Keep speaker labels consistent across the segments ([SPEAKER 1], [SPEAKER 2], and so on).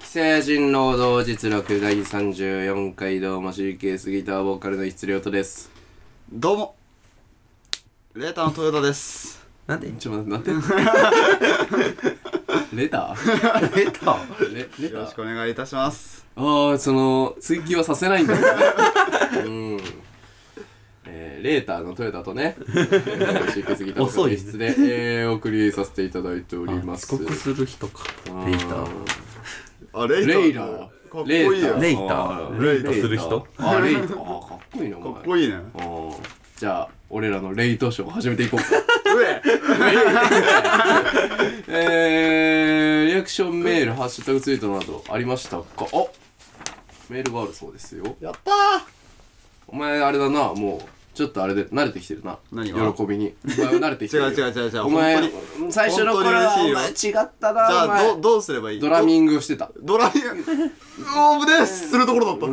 [SPEAKER 1] 成人労働実録第34回どうも CK スギターボーカルの質量とです
[SPEAKER 2] どうもレーターの豊田です
[SPEAKER 3] なんで
[SPEAKER 1] ちょっと待って待ってレター
[SPEAKER 3] レター
[SPEAKER 1] レレタ
[SPEAKER 2] よろし
[SPEAKER 1] ー
[SPEAKER 2] くお願いいたします
[SPEAKER 1] ああその追記はさせないんだねうんえー、レーターのトヨタとね、えー、CK スギター
[SPEAKER 3] 遅
[SPEAKER 1] の
[SPEAKER 3] いね
[SPEAKER 1] 質で、えー、お送りさせていただいております
[SPEAKER 3] 遅刻する人か
[SPEAKER 1] うん
[SPEAKER 3] レイター
[SPEAKER 2] あレ
[SPEAKER 1] レイ
[SPEAKER 2] タ
[SPEAKER 1] ラ
[SPEAKER 2] ー
[SPEAKER 1] ー
[SPEAKER 2] かっこ
[SPEAKER 1] レ
[SPEAKER 2] いい
[SPEAKER 1] ー
[SPEAKER 2] や
[SPEAKER 1] ター
[SPEAKER 2] ん
[SPEAKER 3] レイタ
[SPEAKER 1] あ
[SPEAKER 3] ー
[SPEAKER 2] レイター
[SPEAKER 3] する人
[SPEAKER 1] あレイターあーかっこいいなお
[SPEAKER 2] か
[SPEAKER 1] 前
[SPEAKER 2] っこいいね
[SPEAKER 1] おーじゃあ俺らのレイトショー始めていこう か
[SPEAKER 2] うえ
[SPEAKER 1] えー、リアクションメールハッシュタグツイートなどありましたかあメールがあるそうですよ
[SPEAKER 2] やったー
[SPEAKER 1] お前あれだなもうちょっとあれで慣れてきてるな
[SPEAKER 2] 何が
[SPEAKER 1] 喜びにお前は慣れてきてる
[SPEAKER 2] 違う違う違う違う
[SPEAKER 1] お前
[SPEAKER 2] 本当に
[SPEAKER 1] 最初の頃は
[SPEAKER 2] 本当
[SPEAKER 1] お
[SPEAKER 2] に
[SPEAKER 1] 前
[SPEAKER 2] 嬉
[SPEAKER 1] 違ったなお
[SPEAKER 2] じゃあど
[SPEAKER 1] 前
[SPEAKER 2] どうすればいい
[SPEAKER 1] ドラミングをしてた
[SPEAKER 2] どドラミングオーブですするところだった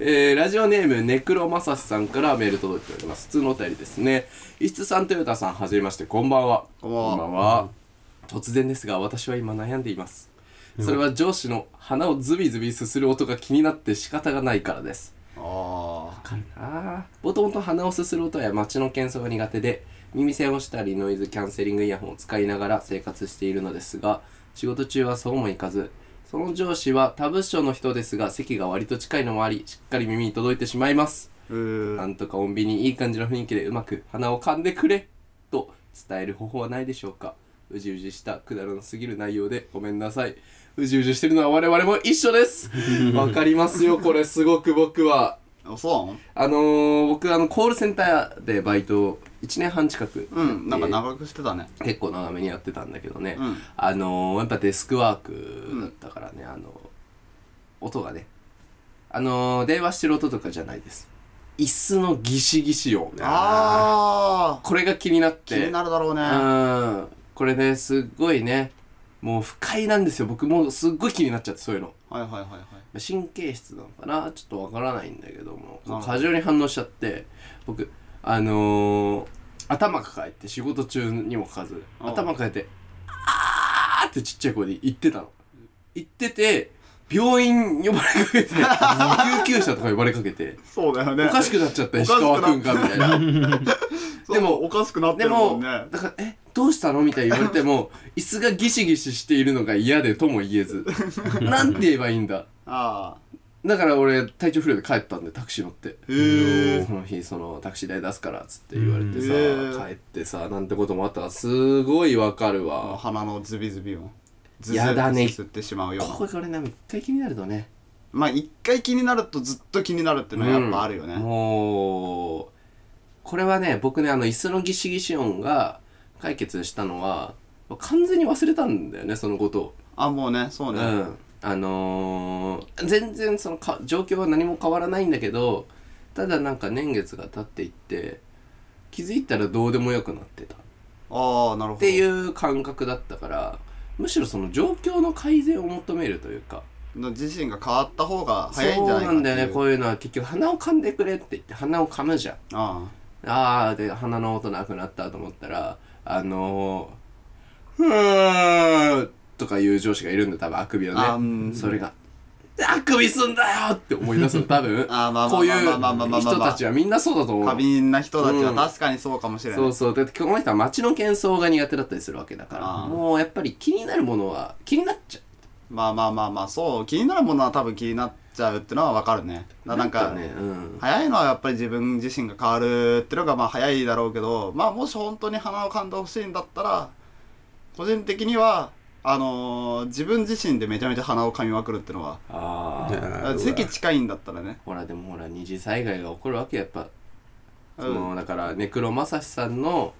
[SPEAKER 1] えーラジオネームネクロマサシさんからメール届いております普通のお便りですね石津さん豊田さんはじめましてこんばんは
[SPEAKER 2] こんばんは
[SPEAKER 1] は突然ですが私は今悩んでいますそれは上司の鼻をズビズビすする音が気になって仕方がないからです
[SPEAKER 2] あー
[SPEAKER 1] あーもともと鼻をすする音や街の喧騒が苦手で耳栓をしたりノイズキャンセリングイヤホンを使いながら生活しているのですが仕事中はそうもいかずその上司は他部署の人ですが席が割と近いのもありしっかり耳に届いてしまいます
[SPEAKER 2] うー
[SPEAKER 1] なんんとか穏便にいい感じの雰囲気でうまく鼻を噛んでくれと伝える方法はないでしょうかうじうじしたくだらなすぎる内容でごめんなさいうじうじしてるのは我々も一緒ですわかりますよこれすごく僕は
[SPEAKER 2] あそうなの
[SPEAKER 1] あのー、僕あのコールセンターでバイトを1年半近く、
[SPEAKER 2] うんなんか長くしてたね
[SPEAKER 1] えー結構長めにやってたんだけどね、
[SPEAKER 2] うん
[SPEAKER 1] あのー、やっぱデスクワークだったからね、あのー音がねあのー、電話してる音とかじゃないです椅子のギシギシ音ね
[SPEAKER 2] あ
[SPEAKER 1] これが気になっ
[SPEAKER 2] ー
[SPEAKER 1] て
[SPEAKER 2] 気になるだろうね
[SPEAKER 1] うんこれねすっごいねもう不快なんですよ僕もうすっごい気になっちゃってそういうの
[SPEAKER 2] はいはいはいはい
[SPEAKER 1] 神経質なのかなちょっとわからないんだけども
[SPEAKER 2] なるほど
[SPEAKER 1] 過剰に反応しちゃって僕あのー、頭抱えて仕事中にもかかわず
[SPEAKER 2] うん
[SPEAKER 1] 頭抱えて「あー」ってちっちゃい声で言ってたの言ってて病院呼ばれかけて救急車とか呼ばれかけて
[SPEAKER 2] そうだよね
[SPEAKER 1] おかしくなっちゃった
[SPEAKER 2] おか
[SPEAKER 1] 石
[SPEAKER 2] しくな
[SPEAKER 1] 川君がみたいな。
[SPEAKER 2] そう
[SPEAKER 1] でも
[SPEAKER 2] おかしくなって
[SPEAKER 1] で
[SPEAKER 2] るも
[SPEAKER 1] も、
[SPEAKER 2] んね
[SPEAKER 1] だから、え、どうしたのみたいに言われても、椅子がギシギシしているのが嫌でとも言えず、なんて言えばいいんだ。
[SPEAKER 2] あ
[SPEAKER 1] だから俺、体調不良で帰ったんで、タクシー乗って。
[SPEAKER 2] あへえ
[SPEAKER 1] その日、その、タクシー代出すから、つって言われて
[SPEAKER 2] へ
[SPEAKER 1] さ、
[SPEAKER 2] ー
[SPEAKER 1] 帰ってさ、なんてこともあったら、すごいわかるわ。
[SPEAKER 2] 鼻のズビズビをズ
[SPEAKER 1] やだね
[SPEAKER 2] 吸ってしまうような
[SPEAKER 1] これこれね、一回気になるとね。
[SPEAKER 2] まあ一回気になるとずっと気になるっていうのはやっぱあるよね、
[SPEAKER 1] うんもうこれはね僕ねあの椅子のギシギシ音が解決したのは完全に忘れたんだよねそのことを
[SPEAKER 2] あもうねそうね、
[SPEAKER 1] うん、あのー全然そのか状況は何も変わらないんだけどただなんか年月が経っていって気づいたらどうでもよくなってたっ
[SPEAKER 2] ああなるほど
[SPEAKER 1] ていうう感覚だったからむしろその状況の改善を求めるというか
[SPEAKER 2] 自身が変わった方が早いんじゃないか
[SPEAKER 1] そうなんだよね
[SPEAKER 2] こ
[SPEAKER 1] こういうのは結局鼻を噛んでくれって言って鼻を噛むじゃん
[SPEAKER 2] あ
[SPEAKER 1] あーで鼻の音なくなったと思ったらあのー「ふー」とかいう上司がいるんだ多分あくびをね
[SPEAKER 2] あうん
[SPEAKER 1] それが「あくびすんだよ!」って思い出すの多分
[SPEAKER 2] あーまあまあまあ
[SPEAKER 1] こういう
[SPEAKER 2] まあまあまあまあまあ
[SPEAKER 1] 人たちはみんなそうだと
[SPEAKER 2] あ
[SPEAKER 1] 思
[SPEAKER 2] 過
[SPEAKER 1] う
[SPEAKER 2] 敏な人たち
[SPEAKER 1] う
[SPEAKER 2] は
[SPEAKER 1] ん
[SPEAKER 2] 確かにそうかもしれない、
[SPEAKER 1] そうそうだってこの人は街の喧騒が苦手だったりするわけだから
[SPEAKER 2] あー
[SPEAKER 1] もうやっぱり気になるものは気になっちゃう
[SPEAKER 2] まあまあまあまあそう気になるものは多分気になっちゃうってのはわかるねだなんか
[SPEAKER 1] ねうん
[SPEAKER 2] 早いのはやっぱり自分自身が変わるってのがまあ早いだろうけどまあもし本当に鼻を噛んでほしいんだったら個人的にはあのー自分自身でめちゃめちゃ鼻を噛みまくるってのは
[SPEAKER 1] あ
[SPEAKER 3] い
[SPEAKER 1] あ
[SPEAKER 3] やー
[SPEAKER 2] 席近いんだったらね
[SPEAKER 1] ほらでもほら二次災害が起こるわけやっぱ
[SPEAKER 2] う
[SPEAKER 1] そ
[SPEAKER 2] ん
[SPEAKER 1] のだからネクロマサシさんの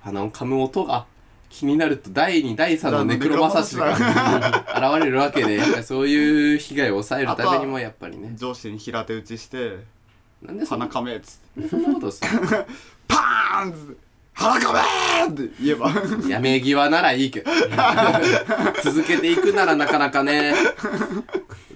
[SPEAKER 1] 鼻を噛む音が気になると第2第3のネクロマサシが現れるわけでやっぱりそういう被害を抑えるためにもやっぱりね
[SPEAKER 2] 上司に平手打ちして
[SPEAKER 1] なんで
[SPEAKER 2] 「
[SPEAKER 1] そん
[SPEAKER 2] 鼻
[SPEAKER 1] な
[SPEAKER 2] かめ」っつって
[SPEAKER 1] そんなことす
[SPEAKER 2] 「パーン!」っつって「鼻かめ!」って言えば
[SPEAKER 1] るやめ際ならいいけど 続けていくならなかなかね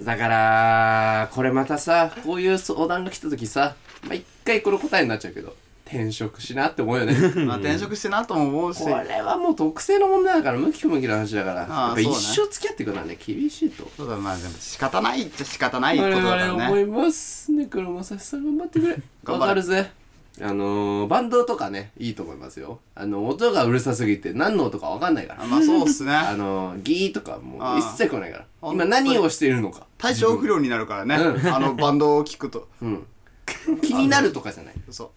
[SPEAKER 1] だからこれまたさこういう相談が来た時さまあ一回この答えになっちゃうけど転職しなって思うよね
[SPEAKER 2] まあ、転職してなとも思うし
[SPEAKER 1] これはもう特性の問題だから向き不向きの話だから
[SPEAKER 2] ああ
[SPEAKER 1] やっぱ一
[SPEAKER 2] そ
[SPEAKER 1] 生付き合っていくのはね厳しいと
[SPEAKER 2] そうだまあでも仕方ないっちゃ仕方ないこと
[SPEAKER 1] 我
[SPEAKER 2] だから
[SPEAKER 1] 々思
[SPEAKER 2] ね
[SPEAKER 1] いますね黒正さん頑張ってくれ
[SPEAKER 2] 頑張れ
[SPEAKER 1] わかるぜあのーバンドとかねいいと思いますよあの音がうるさすぎて何の音かわかんないから
[SPEAKER 2] あまあそうっすね
[SPEAKER 1] あのーギーとかも
[SPEAKER 2] ああ
[SPEAKER 1] う一切来ないから
[SPEAKER 2] ほん
[SPEAKER 1] 今
[SPEAKER 2] とに
[SPEAKER 1] 何をしているのか
[SPEAKER 2] 対象不良になるからね、
[SPEAKER 1] う
[SPEAKER 2] あのバンドを聞くと
[SPEAKER 1] うん気になるとかじゃない
[SPEAKER 2] そ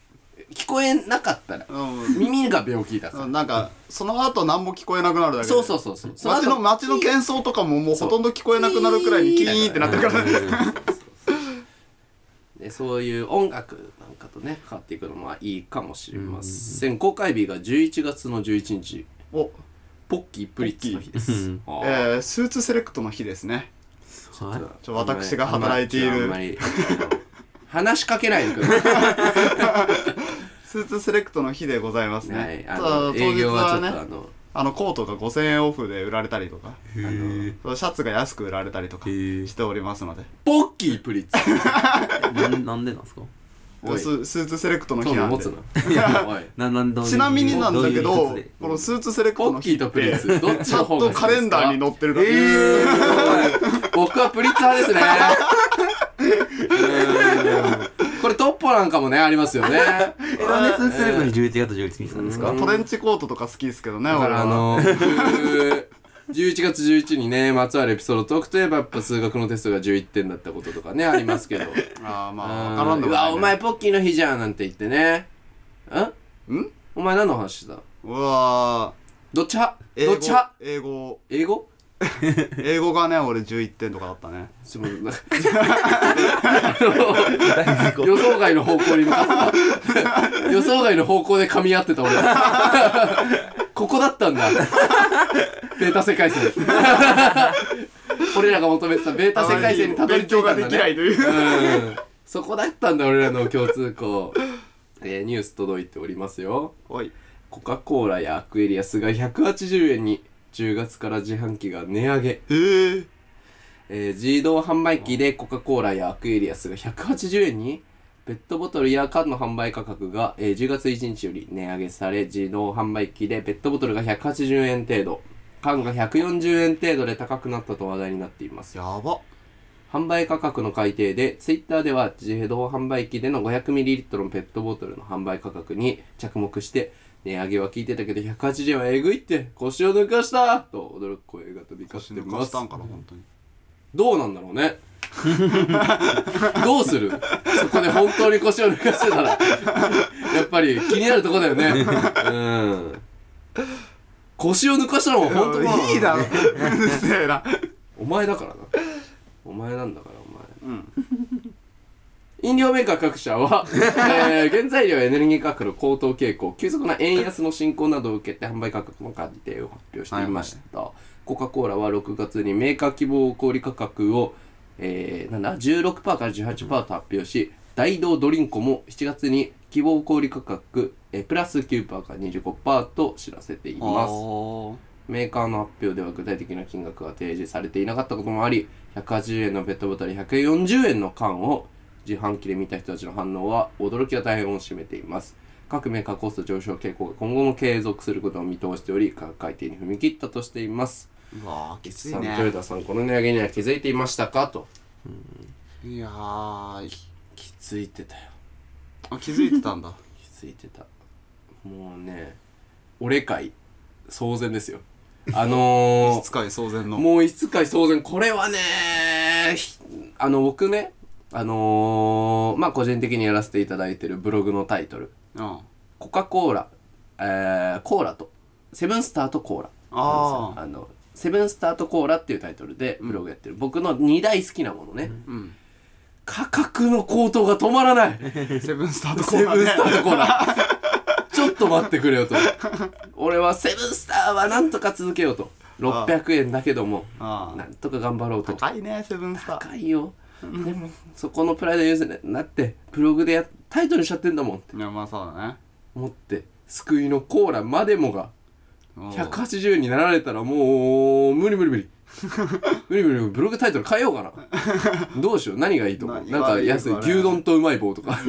[SPEAKER 1] 聞こえなかったら
[SPEAKER 2] う、うん
[SPEAKER 1] 耳が病気だから
[SPEAKER 2] なんかその後何も聞こえなくなるだけで
[SPEAKER 1] そうそうそうそう
[SPEAKER 2] 街の
[SPEAKER 1] 後
[SPEAKER 2] 街の喧騒とかももうほとんど聞こえなくなるくらいにキーンってなってるから ね
[SPEAKER 1] でそういう音楽なんかとね変わっていくのもいいかもしれません公開日が11月の11日
[SPEAKER 2] お、
[SPEAKER 1] ポッキープリッツの日です
[SPEAKER 3] うん
[SPEAKER 1] あー
[SPEAKER 2] えー、スーツセレクトの日ですね
[SPEAKER 3] はい
[SPEAKER 2] ちょ私が働いている
[SPEAKER 1] あんまり あんまりあの話しかけないで くださ
[SPEAKER 2] スーツセレクトの日でございます
[SPEAKER 1] い
[SPEAKER 2] ね
[SPEAKER 1] はいあ
[SPEAKER 2] ただ
[SPEAKER 1] の
[SPEAKER 2] 当
[SPEAKER 1] 営
[SPEAKER 2] 日
[SPEAKER 1] 業は
[SPEAKER 2] は
[SPEAKER 1] ちょっとあ
[SPEAKER 2] ね
[SPEAKER 1] の
[SPEAKER 2] あのコートが5000円オフで売られたりとか
[SPEAKER 3] へえ
[SPEAKER 2] シャツが安く売られたりとか
[SPEAKER 3] へえ
[SPEAKER 2] しておりますので
[SPEAKER 1] ポッキープリッツ
[SPEAKER 3] なんなんでなんですか
[SPEAKER 1] おい
[SPEAKER 2] ススーツセレクトの
[SPEAKER 1] 興
[SPEAKER 2] 日
[SPEAKER 1] 味
[SPEAKER 2] なん
[SPEAKER 1] 持
[SPEAKER 2] で
[SPEAKER 1] つな おい
[SPEAKER 3] ななんどういう
[SPEAKER 2] ちなみになんだけど
[SPEAKER 3] ういう理屈で
[SPEAKER 2] このスーツセレクト
[SPEAKER 1] ポ
[SPEAKER 2] の
[SPEAKER 1] ッキ
[SPEAKER 2] 日
[SPEAKER 1] ーとプリッツどっち
[SPEAKER 2] ちゃ
[SPEAKER 1] の
[SPEAKER 2] ん
[SPEAKER 1] 方が
[SPEAKER 2] とカレンダーに載ってるから、
[SPEAKER 1] えー、僕はプリッツ派ですね。これトッポなんかもね、ありますよね。
[SPEAKER 3] えなんでスーツセレクトに11月11日なんですか
[SPEAKER 1] うん
[SPEAKER 2] トレンチコートとか好きですけどね
[SPEAKER 1] だか
[SPEAKER 2] 俺
[SPEAKER 1] ら
[SPEAKER 2] は
[SPEAKER 1] あの、僕11月11にね、まつわるエピソードトークといえば、やっぱ数学のテストが11点だったこととかね、ありますけど。
[SPEAKER 2] あーまあ分からんで
[SPEAKER 1] う
[SPEAKER 2] もない、
[SPEAKER 1] わ、お前ポッキーの日じゃんなんて言ってね。ん
[SPEAKER 2] ん
[SPEAKER 1] お前何の話してた
[SPEAKER 2] うわ
[SPEAKER 1] どっち派
[SPEAKER 2] ー英
[SPEAKER 1] ど
[SPEAKER 2] 語
[SPEAKER 1] っち派
[SPEAKER 2] 英語
[SPEAKER 1] 英語
[SPEAKER 2] 英語がね俺11点とかだったね
[SPEAKER 1] ちょっとなんか あの予想外の方向に向かった予想外の方向で噛み合ってた俺ここだったんだベータ世界線俺らが求めてたベータ世界線にたどり
[SPEAKER 2] 勉
[SPEAKER 1] 着い
[SPEAKER 2] 強
[SPEAKER 1] た
[SPEAKER 2] が
[SPEAKER 1] ん
[SPEAKER 2] で
[SPEAKER 1] だ
[SPEAKER 2] きない
[SPEAKER 1] ね
[SPEAKER 2] という
[SPEAKER 1] うんそこだったんだ俺らの共通項、えーニュース届いておりますよ
[SPEAKER 2] おい
[SPEAKER 1] コカ・コーラやアクエリアスが180円に10月から自販機が値上げ
[SPEAKER 2] へえ
[SPEAKER 1] えー自動販売機でコカ・コーラやアクエリアスが180円にペットボトルや缶の販売価格が、えー10月1日より値上げされ自動販売機でペットボトルが180円程度缶が140円程度で高くなったと話題になっています
[SPEAKER 2] やば
[SPEAKER 1] 販売価格の改定でツイッターでは自動販売機での 500ml のペットボトルの販売価格に着目して値上げは聞いてたけど180円はえぐいって腰を抜かしたと驚く声が飛び交
[SPEAKER 2] 腰
[SPEAKER 1] って
[SPEAKER 2] 抜か
[SPEAKER 1] ま
[SPEAKER 2] し
[SPEAKER 1] す
[SPEAKER 2] たんかな本当に
[SPEAKER 1] どうなんだろうね どうするそこで本当に腰を抜かしてたらやっぱり気になるとこだよねうん腰を抜かしたのは本当かない
[SPEAKER 2] いだろうるせえな
[SPEAKER 1] お前だからなお前なんだからお前
[SPEAKER 2] うん
[SPEAKER 1] 飲料メーカー各社は、えー原材料やエネルギー価格の高騰傾向急速な円安の進行などを受けて販売価格の改定を発表していました、コカ・コーラは6月にメーカー希望小売価格を、えーなんだ16%から18%と発表し大道ドリンクも7月に希望小売価格、えープラス9%から25%と知らせています
[SPEAKER 2] お
[SPEAKER 1] メーカーの発表では具体的な金額が提示されていなかったこともあり180円のペットボトル140円の缶を自販機で見た人たちの反応は驚きが大変を占めています各メーカーコスト上昇傾向が今後も継続することを見通しており価格改定に踏み切ったとしています
[SPEAKER 2] うわーきつい
[SPEAKER 1] さん
[SPEAKER 2] ね
[SPEAKER 1] 豊田さんこの値上げには気づいていましたかと
[SPEAKER 2] いやー
[SPEAKER 1] 気づいてたよ
[SPEAKER 2] あ気づいてた んだ
[SPEAKER 1] 気づいてたもうね俺会騒然ですよあの ー、
[SPEAKER 2] 使い騒然の
[SPEAKER 1] もういつか当然これはねひあの僕ねあのーまあ個人的にやらせていただいてるブログのタイトル
[SPEAKER 2] うんあ
[SPEAKER 1] 「コカ・コーラ」えーコーラと「セブンスターとコーラ」
[SPEAKER 2] あー
[SPEAKER 1] あのセブンスターとコーラっていうタイトルでブログやってる、僕の2大好きなものね、
[SPEAKER 2] うん
[SPEAKER 1] 価格の高騰が止まらない
[SPEAKER 2] セブンスターとコ
[SPEAKER 1] セ
[SPEAKER 2] ーナ
[SPEAKER 1] ブンスタ
[SPEAKER 2] ー
[SPEAKER 1] ー
[SPEAKER 2] ね
[SPEAKER 1] とコーラちょっと待ってくれよと俺はセブンスターはなんとか続けようと600円だけども
[SPEAKER 2] あ
[SPEAKER 1] な
[SPEAKER 2] あ
[SPEAKER 1] んとか頑張ろうと
[SPEAKER 2] 高いねセブンスター
[SPEAKER 1] 高いよでもそこのプライド優先になってブログでやタイトルにしちゃってんだもんって
[SPEAKER 2] いやまあそうだね
[SPEAKER 1] 思って救いのコーラまでもが
[SPEAKER 2] う ん
[SPEAKER 1] 180になられたらもう無理無理無理無理無理無理ブログタイトル変えようかなどうしよう何がいいと思う
[SPEAKER 2] 何
[SPEAKER 1] なん
[SPEAKER 2] が
[SPEAKER 1] か
[SPEAKER 2] いい
[SPEAKER 1] 安い
[SPEAKER 2] かね
[SPEAKER 1] 牛丼とうまい棒と か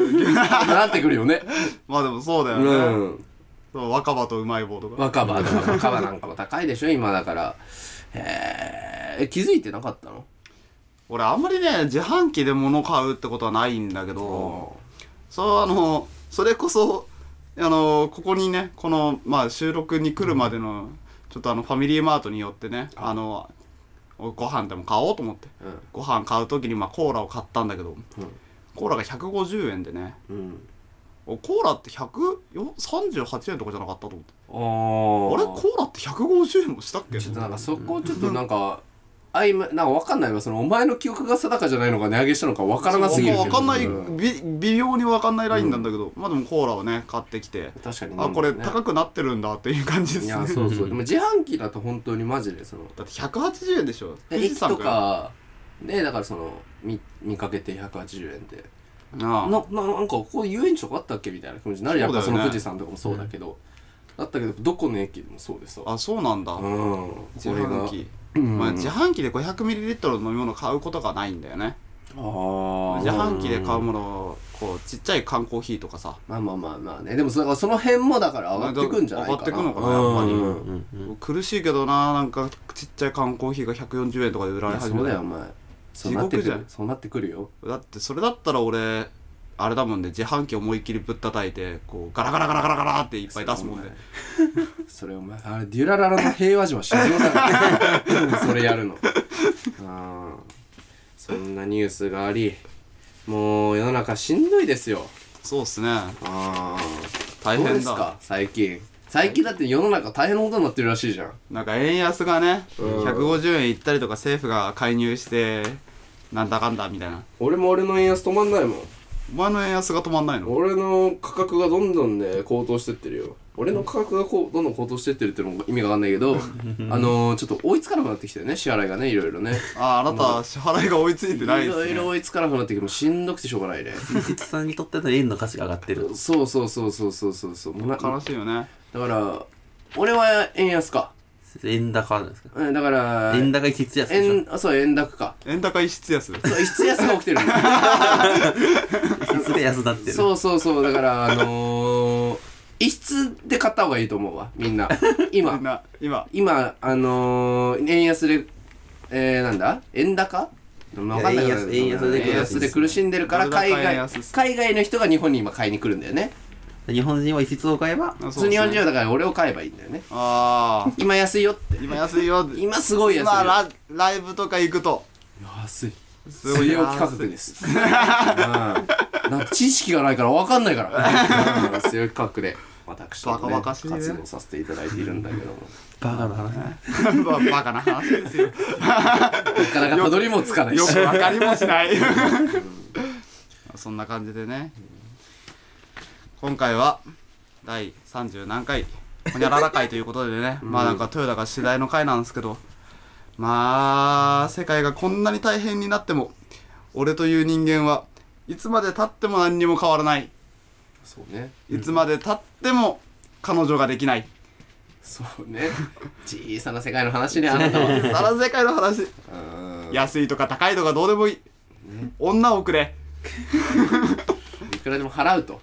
[SPEAKER 1] なってくるよね
[SPEAKER 2] まあでもそうだよね、
[SPEAKER 1] うん
[SPEAKER 2] そう若葉とうまい棒とか
[SPEAKER 1] 若葉とか若葉なんかも高いでしょ今だからへーえ気づいてなかったの
[SPEAKER 2] 俺あんまりね自販機で物買うってことはないんだけどそうあのそれこそあのここにねこの、まあ、収録に来るまでの、ちょっとあのファミリーマートによってねあのご飯でも買おうと思って
[SPEAKER 1] うん
[SPEAKER 2] ご飯買う時にまあコーラを買ったんだけど、コーラが150円でね
[SPEAKER 1] うん
[SPEAKER 2] おコーラって138円とかじゃなかったと思って
[SPEAKER 1] あー
[SPEAKER 2] あれコーラって150円もしたっけ
[SPEAKER 1] ちょっとなんかそこちょっとなんかあいまなんかわかんないわそのお前の記憶が定かじゃないのか値上げしたのかわからなすぎるけど
[SPEAKER 2] 分かんない、
[SPEAKER 1] うん
[SPEAKER 2] び微妙に分かんないラインなんだけど、まあでもコーラをね買ってきて
[SPEAKER 1] 確かに
[SPEAKER 2] あこれ
[SPEAKER 1] ね
[SPEAKER 2] 高くなってるんだっていう感じです
[SPEAKER 1] い
[SPEAKER 2] ね
[SPEAKER 1] やそう そうでも自販機だと本当にマジでその
[SPEAKER 2] だって180円でしょ富士
[SPEAKER 1] 駅と
[SPEAKER 2] 山ら
[SPEAKER 1] かねだからその見見かけて180円で
[SPEAKER 2] な
[SPEAKER 1] な
[SPEAKER 2] あ
[SPEAKER 1] ななんかここ遊園地とかあったっけみたいな気持ちになるやっぱ
[SPEAKER 2] そ
[SPEAKER 1] そう
[SPEAKER 2] だ
[SPEAKER 1] の
[SPEAKER 2] よね
[SPEAKER 1] 富士山とかもそうだけどだったけどどこの駅でもそうでさ
[SPEAKER 2] あそうなんだ、
[SPEAKER 1] うん
[SPEAKER 2] 自
[SPEAKER 1] これが
[SPEAKER 2] 販機、
[SPEAKER 1] うん
[SPEAKER 2] まあ、自販機で 500ml の飲み物買うことがないんだよね
[SPEAKER 1] あー
[SPEAKER 2] 自販機で買うものをこうちっちゃい缶コーヒーとかさ
[SPEAKER 1] まあまあまあまあねでもそだからその辺もだから上がってくんじゃないかな
[SPEAKER 2] 上がってくのかなやっぱり
[SPEAKER 1] うん
[SPEAKER 3] うんうん
[SPEAKER 2] 苦しいけどななんかちっちゃい缶コーヒーが140円とかで売ら
[SPEAKER 1] い
[SPEAKER 2] れ
[SPEAKER 1] や
[SPEAKER 2] 始
[SPEAKER 1] そ
[SPEAKER 2] め
[SPEAKER 1] うだ
[SPEAKER 2] た
[SPEAKER 1] よお前そうなってく
[SPEAKER 2] 地獄じ
[SPEAKER 1] る
[SPEAKER 2] ゃん
[SPEAKER 1] そうなってくるよ
[SPEAKER 2] だってそれだったら俺あれだもんね自販機思いっきりぶったたいてこうガラガラガラガラガラっていっぱい出すもんね
[SPEAKER 1] それお前あれデュラララの平和島静岡だから それやるのうんそんなニュースがありもう世の中しんどいですよ
[SPEAKER 2] そうっすね
[SPEAKER 1] あ
[SPEAKER 2] 大
[SPEAKER 1] どうで
[SPEAKER 2] 変
[SPEAKER 1] す
[SPEAKER 2] だ
[SPEAKER 1] か最近最近だって世の中大変なことになってるらしいじゃん
[SPEAKER 2] なんか円安がね
[SPEAKER 1] うん
[SPEAKER 2] 150円いったりとか政府が介入してなんだかんだみたいな
[SPEAKER 1] 俺も俺の円安止まんないもん
[SPEAKER 2] お前の円安が止まんないの
[SPEAKER 1] 俺の価格がどんどんね高騰してってるよ俺の価格がこうどんどん高騰してってるってのも意味がわかんないけどあのー、ちょっと追いつかなくなってきたよね支払いがねいろいろね
[SPEAKER 2] ああなた支払いが追いついて
[SPEAKER 1] い
[SPEAKER 2] ないで
[SPEAKER 1] ろい
[SPEAKER 2] す
[SPEAKER 1] ろ
[SPEAKER 2] ね
[SPEAKER 1] 追いつかなくなってきてもうしんどくてしょうがないね
[SPEAKER 3] うん。実質さんにとっての円の価値が上がってる。
[SPEAKER 1] そうそうそうそうそうそうそうもうな
[SPEAKER 2] 悲しいよね
[SPEAKER 1] だから俺は円安か
[SPEAKER 3] 円高なんですか
[SPEAKER 1] うんだから
[SPEAKER 3] 円高一律安でしょ
[SPEAKER 1] 円あそう円高か
[SPEAKER 2] 円高一室
[SPEAKER 1] そ
[SPEAKER 2] 安
[SPEAKER 1] う質安が起きてるんだよ
[SPEAKER 3] 一律で安になってる。
[SPEAKER 1] そうそうそうだからあのー、一室で買った方がいいと思うわみんな今
[SPEAKER 2] みんな今
[SPEAKER 1] 今あのー、円安でえー、なんだ円高わかんない
[SPEAKER 3] 円安円安で
[SPEAKER 1] 円安で苦しんでるから
[SPEAKER 2] ドル高
[SPEAKER 1] 海
[SPEAKER 2] 円
[SPEAKER 1] 外
[SPEAKER 2] 安です
[SPEAKER 1] 海外の人が日本に今買いに来るんだよね
[SPEAKER 3] 日本人は一律を買えば、
[SPEAKER 2] あ
[SPEAKER 1] 普
[SPEAKER 2] そう
[SPEAKER 1] 通
[SPEAKER 2] っすね
[SPEAKER 1] 日本人はだから俺を買えばいいんだよね
[SPEAKER 2] ああ
[SPEAKER 1] 今安いよって
[SPEAKER 2] 今安いよ
[SPEAKER 1] 今すごい安いよ
[SPEAKER 2] 今ラライブとか行くと
[SPEAKER 1] 安い
[SPEAKER 2] す
[SPEAKER 1] 水曜企画ですうんなんか知識がないから分かんないからうん水曜企画で私も
[SPEAKER 2] バカ
[SPEAKER 1] ね
[SPEAKER 2] バカしい
[SPEAKER 1] 活
[SPEAKER 2] ね
[SPEAKER 1] 動させていただいているんだけども
[SPEAKER 3] バカな話。
[SPEAKER 2] まあバカな話ですよ
[SPEAKER 1] なかなかたどりもつかない
[SPEAKER 2] よ
[SPEAKER 1] し
[SPEAKER 2] くわかりもしないそんな感じでね今回は第30何回ほにゃらら会ということでね、まあなんか豊田が次第の会なんですけどまあ世界がこんなに大変になっても俺という人間はいつまでたっても何にも変わらない
[SPEAKER 1] そうね
[SPEAKER 2] いつまでたっても彼女ができない
[SPEAKER 1] そうね小さな世界の話ねあなたは
[SPEAKER 2] さら世界の話
[SPEAKER 1] うん
[SPEAKER 2] 安いとか高いとかどうでもいい女をくれ
[SPEAKER 1] いくらでも払うとい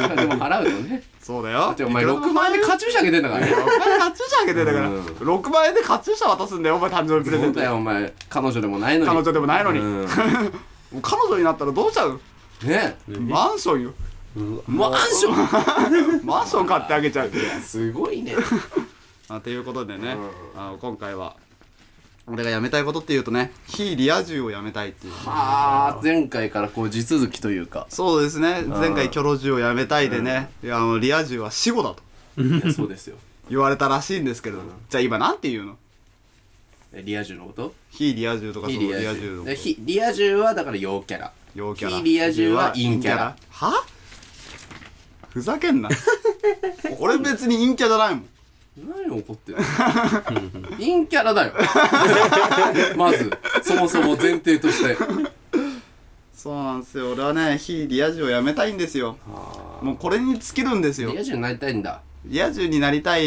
[SPEAKER 1] くらでも払うとね
[SPEAKER 2] そうだ
[SPEAKER 1] だ
[SPEAKER 2] よ
[SPEAKER 1] ってお前
[SPEAKER 2] いくらでも
[SPEAKER 1] 6万円でカチューシャあげてんだからね
[SPEAKER 2] 6万円カチューシャあげてだから、
[SPEAKER 1] うん
[SPEAKER 2] 6万円でカチューシャ渡すんだよお前誕生日プレゼ
[SPEAKER 1] そ
[SPEAKER 2] ン
[SPEAKER 1] う
[SPEAKER 2] ト
[SPEAKER 1] だよお前彼女でもないのに
[SPEAKER 2] 彼女でもないのに、
[SPEAKER 1] う
[SPEAKER 2] も
[SPEAKER 1] ん
[SPEAKER 2] う彼女になったらどうしちゃう
[SPEAKER 1] ね
[SPEAKER 2] マンションよ
[SPEAKER 3] う
[SPEAKER 1] マ
[SPEAKER 3] わ
[SPEAKER 1] ンション
[SPEAKER 2] マンション買ってあげちゃう
[SPEAKER 1] すごいね
[SPEAKER 2] あということでね、あの今回は俺がやめたいことっていうとね非リア充をやめたいっていう
[SPEAKER 1] ああ前回からこう地続きというか
[SPEAKER 2] そうですね前回キョロ充をやめたいでね、いやあのリア充は死後だと
[SPEAKER 1] いやそうですよ
[SPEAKER 2] 言われたらしいんですけれども、じゃあ今なんて言うの
[SPEAKER 1] えリア充のこと
[SPEAKER 2] 非リア充とかそ
[SPEAKER 1] 非
[SPEAKER 2] の
[SPEAKER 1] リ
[SPEAKER 2] リ
[SPEAKER 1] ア
[SPEAKER 2] ア
[SPEAKER 1] 充
[SPEAKER 2] 充の
[SPEAKER 1] で非リア充はだから陽キャラ
[SPEAKER 2] 陽キャラ
[SPEAKER 1] 非リア充は陰キャラ
[SPEAKER 2] はふざけ んな俺別に陰キャじゃないもん
[SPEAKER 1] 何怒ってるの陰キャラだ よまずそもそも前提として
[SPEAKER 2] そうなんですよ俺はね非リア充をやめたいんですよ
[SPEAKER 1] あ
[SPEAKER 2] もうこれに尽きるんです
[SPEAKER 1] ー
[SPEAKER 2] よ
[SPEAKER 1] リア充になりたいんだ
[SPEAKER 2] リア充になりたい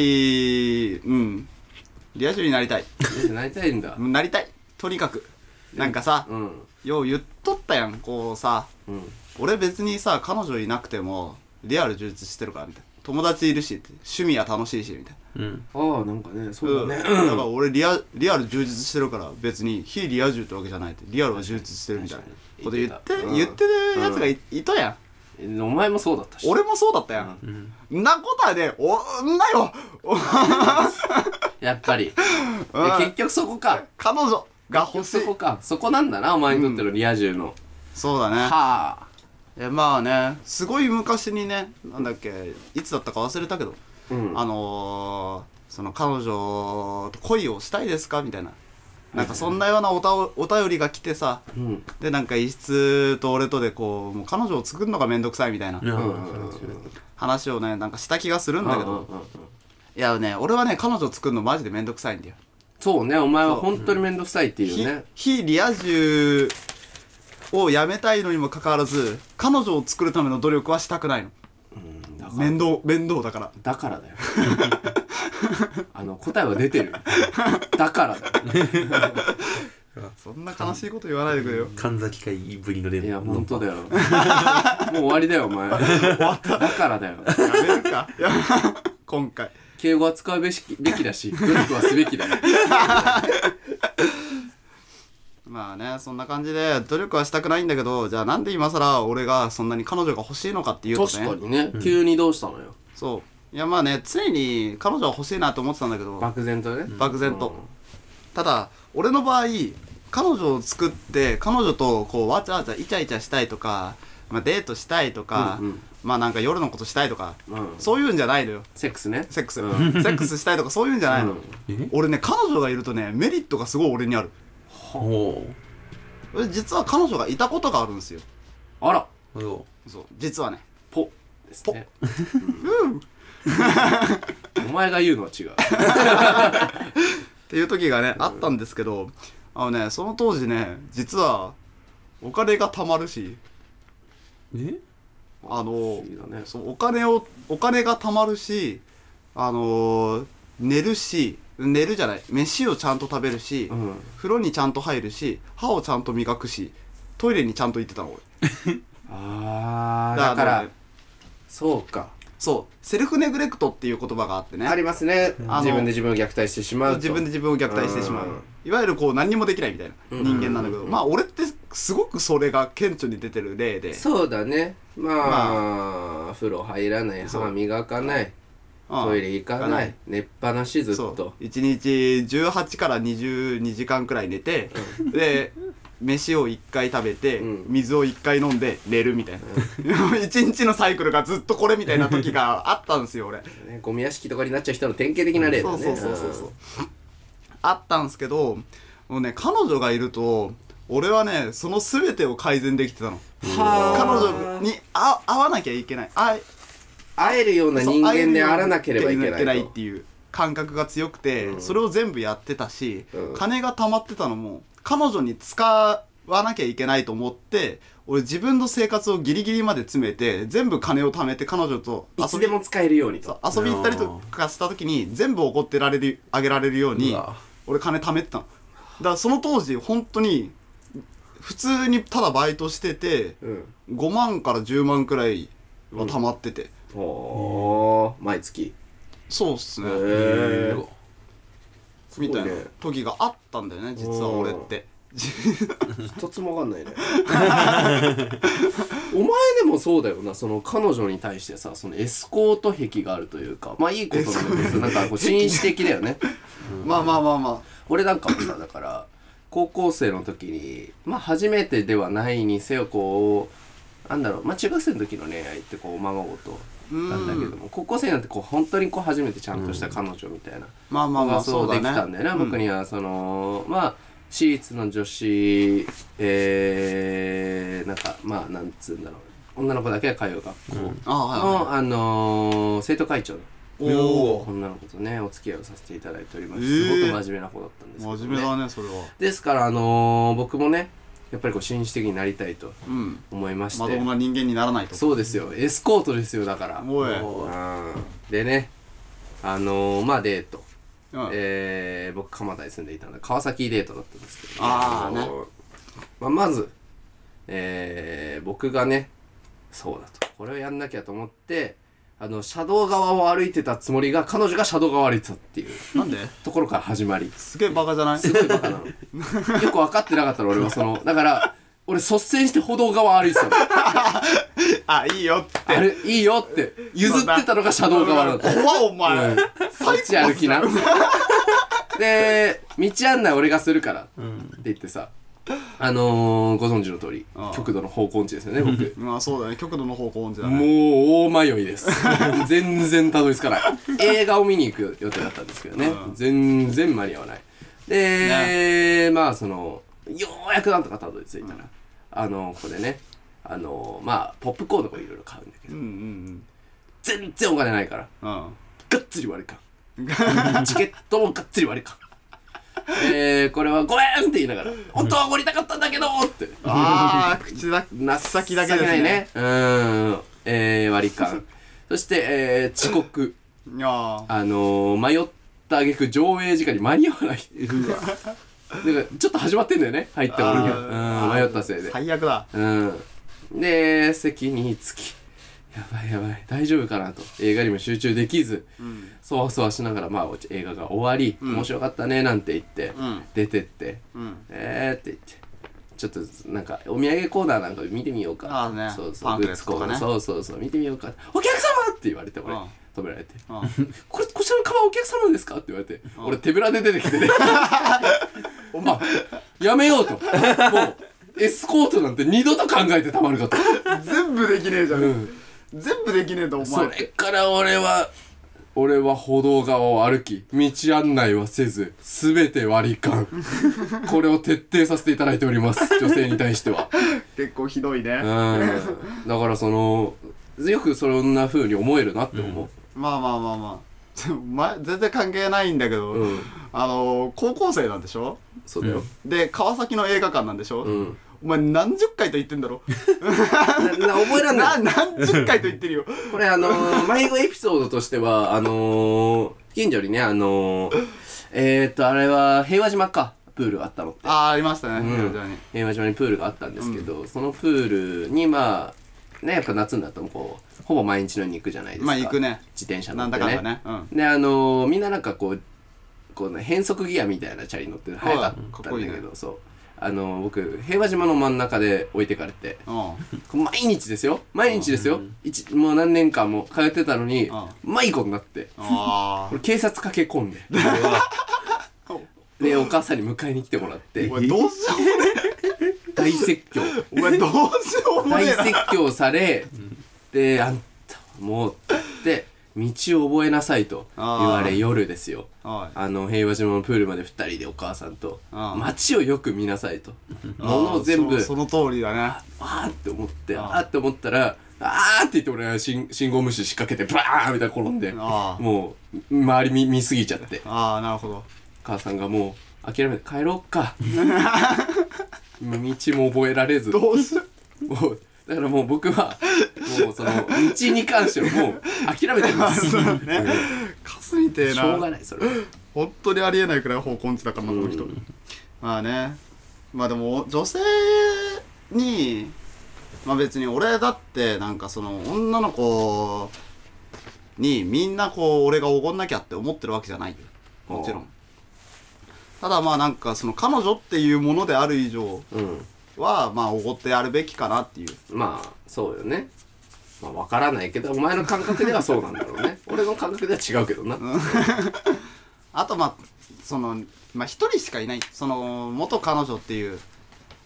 [SPEAKER 2] うんリア充になりたい
[SPEAKER 1] なりたいんだ
[SPEAKER 2] なりたいとにかくなんかさ、
[SPEAKER 1] うん
[SPEAKER 2] よう言っとったやんこうさ
[SPEAKER 1] うん
[SPEAKER 2] 俺別にさ彼女いなくてもリアル充実してるからみたいな友達いるしって趣味は楽しいしみたいな
[SPEAKER 3] うん。
[SPEAKER 1] ああなんかねそうだね、
[SPEAKER 2] うんだから俺リアリアル充実してるから別に非リア充ってわけじゃないってリアルは充実してるみたいなこと言って
[SPEAKER 1] 確かに
[SPEAKER 2] 言ってるやつがい,、たやん
[SPEAKER 1] えお前もそうだったし
[SPEAKER 2] 俺もそうだったやん、ん、なことはねおんなよお
[SPEAKER 1] やっぱ り
[SPEAKER 2] うん
[SPEAKER 1] え結局そこか
[SPEAKER 2] 彼女が欲し
[SPEAKER 1] そ
[SPEAKER 2] い
[SPEAKER 1] こかそこなんだなお前にとってのリア充の、
[SPEAKER 2] そうだね
[SPEAKER 1] はあ
[SPEAKER 2] えまあねすごい昔にねなんだっけいつだったか忘れたけど、
[SPEAKER 1] うん
[SPEAKER 2] あのー、その彼女と恋をしたいですかみたいななんかそんなようなおたおお便りが来てさ
[SPEAKER 1] うん
[SPEAKER 2] でなんか一室と俺とでこうもう彼女を作るのがめんどくさいみたいな
[SPEAKER 3] うん。
[SPEAKER 1] うんうん
[SPEAKER 2] 話をねなんかした気がするんだけど
[SPEAKER 1] うんうんうん
[SPEAKER 2] いやね俺はね彼女作るのマジでめんどくさいんだよ
[SPEAKER 1] そうねお前は本当に面倒くさいっていう
[SPEAKER 2] 非
[SPEAKER 1] ね
[SPEAKER 2] 非リア充をやめたいのにもかかわらず彼女を作るための努力はしたくないの
[SPEAKER 1] うんだから
[SPEAKER 2] 面倒面倒だから
[SPEAKER 1] だからだよ あの答えは出てるだからだ よ
[SPEAKER 2] そんな悲しいこと言わないでくれよ
[SPEAKER 3] 神崎会ぶりのレ
[SPEAKER 1] い
[SPEAKER 3] ベ
[SPEAKER 1] や
[SPEAKER 3] ル。
[SPEAKER 1] 本当だよもう終わりだよお 前だからだよ
[SPEAKER 2] やめるか やめ今回
[SPEAKER 1] 敬語は使うべしべきだし努力はすべきだよ
[SPEAKER 2] まあねそんな感じで努力はしたくないんだけどじゃあなんで今更俺がそんなに彼女が欲しいのかっていうとね
[SPEAKER 1] 確かにね、急にどうしたのよ
[SPEAKER 2] そういやまあね常に彼女は欲しいなと思ってたんだけど
[SPEAKER 1] 漠然とね、
[SPEAKER 2] 漠然と、ただ俺の場合彼女を作って彼女とこうわちゃわちゃイチャイチャしたいとか、まあ、デートしたいとか、
[SPEAKER 1] うんうん
[SPEAKER 2] まあなんか夜のことしたいとか、
[SPEAKER 1] うん
[SPEAKER 2] そういうんじゃないのよ
[SPEAKER 1] セックスね
[SPEAKER 2] セックス、
[SPEAKER 1] う
[SPEAKER 2] セックスしたいとかそういうんじゃないの、
[SPEAKER 1] うん
[SPEAKER 3] え
[SPEAKER 2] 俺ね彼女がいるとねメリットがすごい俺にある
[SPEAKER 3] ほ
[SPEAKER 2] 俺実は彼女がいたことがあるんですよ
[SPEAKER 1] あら
[SPEAKER 3] う。そ
[SPEAKER 2] そう実はね
[SPEAKER 1] ポッですね うんお前が言うのは違う
[SPEAKER 2] っていう時がねあったんですけどあのねその当時ね実はお金が貯まるし
[SPEAKER 3] う。え
[SPEAKER 2] あの
[SPEAKER 1] 不思議だね
[SPEAKER 2] そうお金をお金が貯まるしあのー寝るし寝るじゃない飯をちゃんと食べるし、
[SPEAKER 1] うん
[SPEAKER 2] 風呂にちゃんと入るし歯をちゃんと磨くしトイレにちゃんと行ってたの俺
[SPEAKER 1] あーだから
[SPEAKER 2] ね
[SPEAKER 1] そうか
[SPEAKER 2] そうセルフネグレクトっていう言葉があってね
[SPEAKER 1] ありますね
[SPEAKER 2] あの
[SPEAKER 1] 自分で自分を虐待してしまうと
[SPEAKER 2] 自分で自分を虐待してしまう、
[SPEAKER 1] うん
[SPEAKER 2] いわゆるこう何にもできないみたいな人間なんだけど、
[SPEAKER 1] うん
[SPEAKER 2] まあ俺ってすごくそれが顕著に出てる例で
[SPEAKER 1] そうだねまあ、風呂入らない
[SPEAKER 2] そう
[SPEAKER 1] 歯磨かない
[SPEAKER 2] うん
[SPEAKER 1] トイレ行かない寝っぱなしずっ
[SPEAKER 2] そう
[SPEAKER 1] と
[SPEAKER 2] 1日18から22時間くらい寝て、で飯を1回食べて、
[SPEAKER 1] うん
[SPEAKER 2] 水を1回飲んで寝るみたいな、1 日のサイクルがずっとこれみたいな時があったんですよ俺
[SPEAKER 1] ねゴミ屋敷とかになっちゃう人の典型的な例だ
[SPEAKER 2] そ
[SPEAKER 1] ね
[SPEAKER 2] うそうそうそうそうあったんすけどもうね彼女がいると俺はねその全てを改善できてたの
[SPEAKER 1] うん
[SPEAKER 2] 彼
[SPEAKER 1] は
[SPEAKER 2] 女
[SPEAKER 1] あ
[SPEAKER 2] にあ会わなきゃいけないあい
[SPEAKER 1] 会えるような人間であらなければい
[SPEAKER 2] そう会えるようになって
[SPEAKER 1] けな
[SPEAKER 2] な
[SPEAKER 1] いい
[SPEAKER 2] っていう感覚が強くて、
[SPEAKER 1] うん
[SPEAKER 2] それを全部やってたし、
[SPEAKER 1] うん
[SPEAKER 2] 金が貯まってたのも彼女に使わなきゃいけないと思って俺自分の生活をギリギリまで詰めて全部金を貯めて彼女と
[SPEAKER 1] い
[SPEAKER 2] 遊
[SPEAKER 1] つ
[SPEAKER 2] び
[SPEAKER 1] でも使えるように
[SPEAKER 2] そ
[SPEAKER 1] と
[SPEAKER 2] う遊び行ったりとかした時に全部怒ってられるあげられるように
[SPEAKER 3] うわ
[SPEAKER 2] 俺金貯めてたのだからその当時本当に普通にただバイトしてて
[SPEAKER 1] うん
[SPEAKER 2] 5万から10万くらいは貯まってて、
[SPEAKER 1] おー毎月
[SPEAKER 2] そうっすね、
[SPEAKER 1] へ
[SPEAKER 3] え
[SPEAKER 1] え
[SPEAKER 3] ー。
[SPEAKER 1] すごい
[SPEAKER 2] みたいな
[SPEAKER 1] ね
[SPEAKER 2] 時があったんだよね実は俺って
[SPEAKER 1] 一つもわかんないねお前でもそうだよなその彼女に対してさそのエスコート癖があるというかまあいいことなんだけどなんかこう紳士的だよね
[SPEAKER 2] まあまあまあま
[SPEAKER 1] 俺なんかもさだから高校生の時にまあ初めてではないにせよこうなんだろうまあ中学生の時の恋愛ってこうままごとなんだけども高校生になってこう本当にこう初めてちゃんとした彼女みたいな、
[SPEAKER 2] あまあまあまあ
[SPEAKER 1] そ
[SPEAKER 2] そうう
[SPEAKER 1] で
[SPEAKER 2] だ
[SPEAKER 1] き
[SPEAKER 2] ね
[SPEAKER 1] たんだよね、僕に
[SPEAKER 2] は
[SPEAKER 1] はそのまあ私立の女子えー、なんかまあなんつうんだろう女の子だけが通う学校
[SPEAKER 2] あ
[SPEAKER 1] の、
[SPEAKER 2] はいは
[SPEAKER 1] あのー生徒会長の
[SPEAKER 2] いおお
[SPEAKER 1] 女の子とねお付き合いをさせていただいております、
[SPEAKER 2] え
[SPEAKER 1] す
[SPEAKER 2] ー
[SPEAKER 1] ごく真面目な子だったんですけど、ね、
[SPEAKER 2] 真面目だねそれは
[SPEAKER 1] ですからあのー僕もねやっぱりこう紳士的になりたいと
[SPEAKER 2] うん
[SPEAKER 1] 思いまし
[SPEAKER 2] ま
[SPEAKER 1] て
[SPEAKER 2] ともな人間にならないと
[SPEAKER 1] そうですよエスコートですよだから
[SPEAKER 2] おい
[SPEAKER 1] うんでねあのーまあデート
[SPEAKER 2] うん
[SPEAKER 1] えー、僕蒲田に住んでいたので川崎デートだったんですけど、
[SPEAKER 2] あーね
[SPEAKER 1] のまあ、まず、えー、僕がねそうだとこれをやんなきゃと思ってあの車道側を歩いてたつもりが彼女が車道側を歩いてたっていう
[SPEAKER 2] なんで
[SPEAKER 1] ところから始ま り
[SPEAKER 2] すげえバカじゃない
[SPEAKER 1] すごいバカなのよく分かってなかったの俺はそのだから俺率先して歩道側歩いてたの
[SPEAKER 2] あいいよっつって
[SPEAKER 1] あれいいよって譲ってたのが車道側だった
[SPEAKER 2] 怖お前、
[SPEAKER 1] うんそっち歩きな。で、道案内俺がするからって
[SPEAKER 3] うん。
[SPEAKER 1] 言ってさ、あのー、ご存知の通り
[SPEAKER 2] あ、あ
[SPEAKER 1] 極度の方向音痴ですよね、僕。
[SPEAKER 2] まあそうだね極度の方向音痴だ
[SPEAKER 1] も
[SPEAKER 2] ね
[SPEAKER 1] う大迷いです。 全然たどり着かない。映画を見に行く予定だったんですけどね
[SPEAKER 2] う、ん
[SPEAKER 1] 全然間に合わない。で、まあその、ようやくなんとかたどり着いたら、あのここでね、あのまあ、ポップコーンとかいろいろ買うんだけ
[SPEAKER 2] う
[SPEAKER 1] ど
[SPEAKER 2] ん、うん
[SPEAKER 1] 全然お金ないから、
[SPEAKER 2] うんうん
[SPEAKER 1] がっつり割り 勘チケットもがっつり割り勘えー、これはごめんって言いながら「本当はおごりたかったんだけど!」って
[SPEAKER 2] あ ー口だ
[SPEAKER 1] なっ
[SPEAKER 2] 先だけですね
[SPEAKER 1] ないねうーん、えー、割り勘そして、えー、遅刻
[SPEAKER 2] いやー
[SPEAKER 1] あのー、迷った挙句上映時間に間に合わ ないなんかちょっと始まってんだよね入ったものが
[SPEAKER 2] あ
[SPEAKER 1] うん
[SPEAKER 2] ー
[SPEAKER 1] 迷ったせいで
[SPEAKER 2] 最悪だ
[SPEAKER 1] うんで席につきやばいやばい大丈夫かなと映画にも集中できず
[SPEAKER 2] うん
[SPEAKER 1] そわそわしながら、まあ、映画が終わり、
[SPEAKER 2] うん
[SPEAKER 1] 面白かったねなんて言って、
[SPEAKER 2] うん
[SPEAKER 1] 出てって、
[SPEAKER 2] うん
[SPEAKER 1] えーって言って。ちょっとなんかお土産コーナーなんか見てみようか
[SPEAKER 2] あーね
[SPEAKER 1] そうそ
[SPEAKER 2] パ
[SPEAKER 1] う
[SPEAKER 2] ン
[SPEAKER 1] グ
[SPEAKER 2] フ
[SPEAKER 1] ッ
[SPEAKER 2] レッ
[SPEAKER 1] ズ
[SPEAKER 2] ト
[SPEAKER 1] コ
[SPEAKER 2] と
[SPEAKER 1] ー
[SPEAKER 2] か
[SPEAKER 1] ナー
[SPEAKER 2] ね
[SPEAKER 1] そうそうそう見てみようかお客様って言われて俺
[SPEAKER 2] うん
[SPEAKER 1] 止められて
[SPEAKER 2] うん
[SPEAKER 1] 「これこちらのカバンお客様ですか?」って言われて
[SPEAKER 2] うん
[SPEAKER 1] 俺手ぶらで出てきて ねあやめようともうエスコートなんて二度と考えてたまるかと、
[SPEAKER 2] 全部できねえじゃん、
[SPEAKER 1] うん
[SPEAKER 2] 全部できねえとお
[SPEAKER 1] そ
[SPEAKER 2] 前
[SPEAKER 1] れから俺は俺は歩道側を歩き道案内はせず全て割り勘これを徹底させていただいております女性に対しては
[SPEAKER 2] 結構ひどいね、
[SPEAKER 1] うんだからそのよくそんな風に思えるなって思
[SPEAKER 2] まあまあまあまあでも前全然関係ないんだけど、
[SPEAKER 1] ううん、
[SPEAKER 2] あのー高校生なんでしょ
[SPEAKER 1] そうだよ
[SPEAKER 2] で川崎の映画館なんでしょ、
[SPEAKER 1] うん、
[SPEAKER 2] お前何十回と言ってんだろ
[SPEAKER 1] なな覚えらんな
[SPEAKER 2] ない何十回と言ってるよ
[SPEAKER 1] これあのー、 迷子エピソードとしてはあのー、近所にねあのー、えー、っとあれは平和島かプールがあったのって
[SPEAKER 2] ああありましたね、
[SPEAKER 1] うん
[SPEAKER 2] 非常に
[SPEAKER 1] 平和島にプールがあったんですけど、そのプールにまあねやっぱ夏になってもこうほぼ毎日のように行くじゃないですか、
[SPEAKER 2] まあ行くね
[SPEAKER 1] 自転車乗
[SPEAKER 2] な
[SPEAKER 1] っ
[SPEAKER 2] ん
[SPEAKER 1] て
[SPEAKER 2] だ
[SPEAKER 1] ね
[SPEAKER 2] かんだねうん
[SPEAKER 1] であのーみんななんかこうこう、ね、変則ギアみたいなチャリ乗ってる
[SPEAKER 2] はい
[SPEAKER 1] 早かったんだ
[SPEAKER 2] かっこいい
[SPEAKER 1] け
[SPEAKER 2] ね
[SPEAKER 1] ど、そうあのー僕平和島の真ん中で置いてかれて
[SPEAKER 2] うん
[SPEAKER 1] 毎日ですよ毎日ですよ、一もう何年間も通ってたのに
[SPEAKER 2] うん
[SPEAKER 1] 迷子になって
[SPEAKER 2] あ
[SPEAKER 1] これ警察駆け込 んで
[SPEAKER 2] あ
[SPEAKER 1] でお母さんに迎えに来てもらって
[SPEAKER 2] お前どうしようもね
[SPEAKER 1] 大説教
[SPEAKER 2] えお前どうしようも
[SPEAKER 1] 大
[SPEAKER 2] ねえな
[SPEAKER 1] 説教され、で、あんた、もう、って、道を覚えなさいと言わ
[SPEAKER 2] あ
[SPEAKER 1] れ、
[SPEAKER 2] ー
[SPEAKER 1] 夜ですよ。
[SPEAKER 2] おい
[SPEAKER 1] あの、平和島のプールまで二人でお母さんと、
[SPEAKER 2] あー
[SPEAKER 1] 街をよく見なさいと。
[SPEAKER 2] あー
[SPEAKER 1] 物を全部、
[SPEAKER 2] そその通りだね
[SPEAKER 1] あーって思って、
[SPEAKER 2] あ
[SPEAKER 1] あ
[SPEAKER 2] ー
[SPEAKER 1] ーって思ったら、あーって言って俺は信信号無視仕掛けて、バーンみたいな転んで、
[SPEAKER 2] あー
[SPEAKER 1] もう、周り見見すぎちゃって、
[SPEAKER 2] ああなるほど
[SPEAKER 1] 母さんがもう、諦めて帰ろうか。道も覚えられず。
[SPEAKER 2] ど うしよう
[SPEAKER 1] もうだからもう僕はもうその道に関してはもう諦めてます。
[SPEAKER 2] そうねかすみて え
[SPEAKER 1] しょうが
[SPEAKER 2] な
[SPEAKER 1] ないそれは。
[SPEAKER 2] 本当にありえないくらい方向音痴だからなこの人
[SPEAKER 1] うん
[SPEAKER 2] まあねまあでも女性にまあ別に俺だってなんかその女の子にみんなこう俺がおごんなきゃって思ってるわけじゃないよもちろ
[SPEAKER 1] おうん
[SPEAKER 2] ただまあなんかその彼女っていうものである以上
[SPEAKER 1] うん。
[SPEAKER 2] はまあおごってやるべきかなっていう
[SPEAKER 1] まあそうよね。まあわからないけどお前の感覚ではそうなんだろうね。俺の感覚では違うけどな。
[SPEAKER 2] あとまあそのまあ一人しかいないその元彼女っていう